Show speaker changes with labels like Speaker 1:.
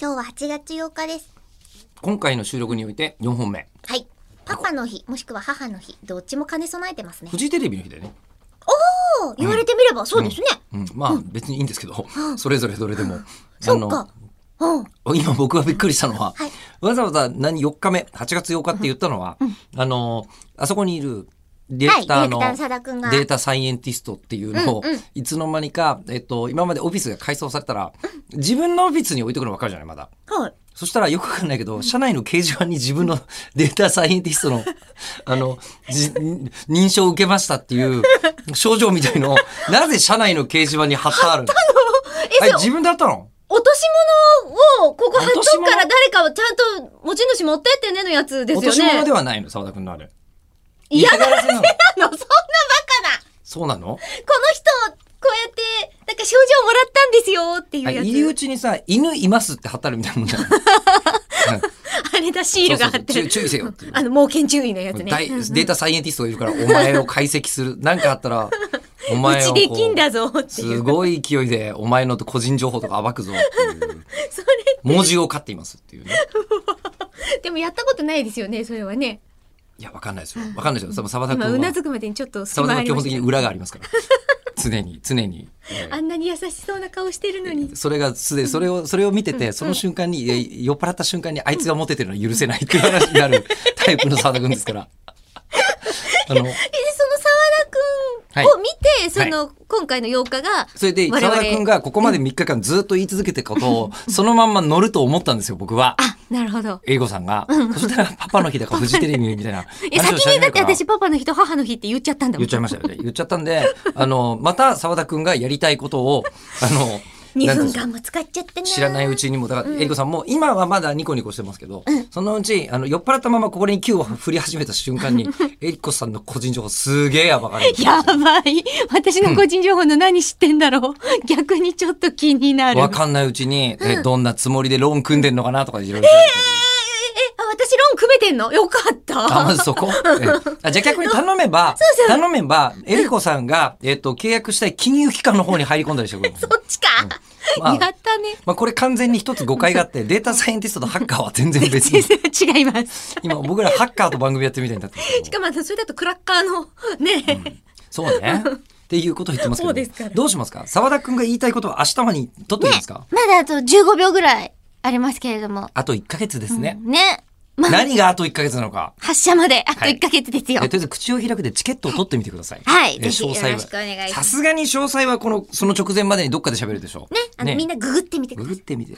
Speaker 1: 今日は8月8日です。
Speaker 2: 今回の収録において4本目
Speaker 1: はい。パパの日、もしくは母の日、どっちも兼ね備えてますね
Speaker 2: フ。ジテレビの日だよね、
Speaker 1: おー言われてみればそうですね。
Speaker 2: うん、まあ別にいいんですけど、それぞれどれでも
Speaker 1: そっか。うん。
Speaker 2: あの今僕がびっくりしたのは、
Speaker 1: はい
Speaker 2: わざわざ何4日目8月8日って言ったのは、あのあそこにいるディレクターの、
Speaker 1: はいディレクターの佐田くんが
Speaker 2: データサイエンティストっていうのを、
Speaker 1: うんうん
Speaker 2: いつの間にか、えっと、今までオフィスが改装されたら、自分のオフィスに置いてくるの分かるじゃないまだ。
Speaker 1: はい。
Speaker 2: そしたらよくわかんないけど、社内の掲示板に自分の データサイエンティス トの、あの、じ認証を受けましたっていう症状みたいのを、なぜ社内の掲示板に貼ってあるの
Speaker 1: え、そ
Speaker 2: あ
Speaker 1: れ
Speaker 2: れ、自分で貼ったの
Speaker 1: 落とし物を、ここ貼っとくから誰かをちゃんと持ち主持ってってねのやつです
Speaker 2: 落と
Speaker 1: よ
Speaker 2: し物で
Speaker 1: ね。
Speaker 2: はないの、沢田君のあれ。
Speaker 1: 嫌が
Speaker 2: らせな の
Speaker 1: あの、そんなバカな。
Speaker 2: そうなの
Speaker 1: この人をこうやって、なんか賞状もらったんですよっていう
Speaker 2: あ
Speaker 1: や
Speaker 2: 入り
Speaker 1: つ。
Speaker 2: 口にさ、犬いますって貼ってあるみたい なもんじゃない
Speaker 1: あれだ、シールが貼って
Speaker 2: そうそうそう注
Speaker 1: る
Speaker 2: 意。注意せよっていう。
Speaker 1: あの、猛犬注意のやつね。
Speaker 2: 大データサイエンティストがいるから、お前を解析する。なんかあったら、お
Speaker 1: う
Speaker 2: 前を
Speaker 1: ち
Speaker 2: こう。
Speaker 1: できんだぞってい
Speaker 2: す
Speaker 1: う。
Speaker 2: ごい勢いで、お前の個人情報とか暴くぞっていう。
Speaker 1: それ、
Speaker 2: 文字を飼っていますっていうね。
Speaker 1: でもやったことないですよね、それはね。い
Speaker 2: いや、わかんないですよ。わかんないですよ。サバタ君
Speaker 1: 今、
Speaker 2: は
Speaker 1: う、なずくまでにちょっと隙
Speaker 2: サバタ
Speaker 1: 間
Speaker 2: 君
Speaker 1: あ
Speaker 2: は
Speaker 1: りま
Speaker 2: 基本的
Speaker 1: し
Speaker 2: に裏がありますから。常に、常に。
Speaker 1: た。あんなに優しそうな顔してるのに。
Speaker 2: それがすで、それを、それを見てて、その瞬間に、え酔っ払った瞬間に、あいつがモテてるのは許せないっていう話になるタイプのサバタ君で すから。あ
Speaker 1: え、そ
Speaker 2: の、
Speaker 1: の沢田くんを見て、その、今回の8日が、
Speaker 2: それで、
Speaker 1: 我
Speaker 2: 沢
Speaker 1: 々
Speaker 2: 田君がここまで3日間ずっと言い続けてたこと を、そのまんま乗ると思ったんですよ、僕は。
Speaker 1: あ、なるほど。
Speaker 2: 英語さんが。そしたら、パパの日だ から、フジテレビみたいな
Speaker 1: え、
Speaker 2: 話を
Speaker 1: 先
Speaker 2: し始
Speaker 1: に
Speaker 2: め
Speaker 1: だっ
Speaker 2: るか
Speaker 1: て
Speaker 2: ら。
Speaker 1: 私パパの日と母の日って言っちゃったんだも
Speaker 2: 言っ
Speaker 1: ん
Speaker 2: ち。ゃいましたよね。言っちゃったんで、あの、また澤田くんがやりたいことを、あの、
Speaker 1: 2
Speaker 2: なん
Speaker 1: 分
Speaker 2: ていう
Speaker 1: 間
Speaker 2: んでしょ
Speaker 1: も使っちゃって
Speaker 2: う
Speaker 1: ね。
Speaker 2: 知らないうちにも、だから、えりこさんも、今はまだニコニコしてますけど、そのうち、あの、酔っ払ったままここに球を振り始めた瞬間に、えりこさんの個人情報すげえやばかれる。
Speaker 1: やばい。私の個人情報の何知ってんだろう。逆にちょっと気になる。
Speaker 2: わかんないうちに、え、どんなつもりでローン組んでんのかなとかいろいろ調べて。
Speaker 1: え、あ、私ローン組めてんのよかった。
Speaker 2: あ、ま ずそこ、ええあじゃあ逆に頼めば、頼めば、えりこさんが、えっ、と、契約したい金融機関の方に入り込んだりしてくる。
Speaker 1: そっちか。
Speaker 2: まあ
Speaker 1: やったね。
Speaker 2: まあ、これ完全に一つ誤解が あって、データサイエンティストとハッカーは全然別に。
Speaker 1: 違います。
Speaker 2: 今僕らハッカーと番組やってるみたいになってるんです
Speaker 1: し
Speaker 2: けど。
Speaker 1: かもあの、それだとクラッカーの、ね、
Speaker 2: そうね。っていうことを言ってますけ
Speaker 1: そ
Speaker 2: ど。
Speaker 1: うですから
Speaker 2: どうしますか沢田くんが言いたいことは明日までに取っておきますか、
Speaker 3: まだあと15秒ぐらいありますけれども。
Speaker 2: あと1ヶ月ですね。
Speaker 3: ね。まあ、
Speaker 2: 何があと1ヶ月なのか。
Speaker 3: 発射まであと
Speaker 2: はい
Speaker 3: 1ヶ月です
Speaker 2: え
Speaker 3: よ。
Speaker 2: とりあえず口を開くでチケットを取ってみてください。
Speaker 3: はい
Speaker 2: え
Speaker 3: ぜひ
Speaker 2: 詳細
Speaker 1: よろしくお願いしま
Speaker 2: は。
Speaker 1: す
Speaker 2: さすがに詳細はこの、その直前までにどっかで喋るでしょう。
Speaker 1: あの、みんなググってみてください
Speaker 2: ググってみて。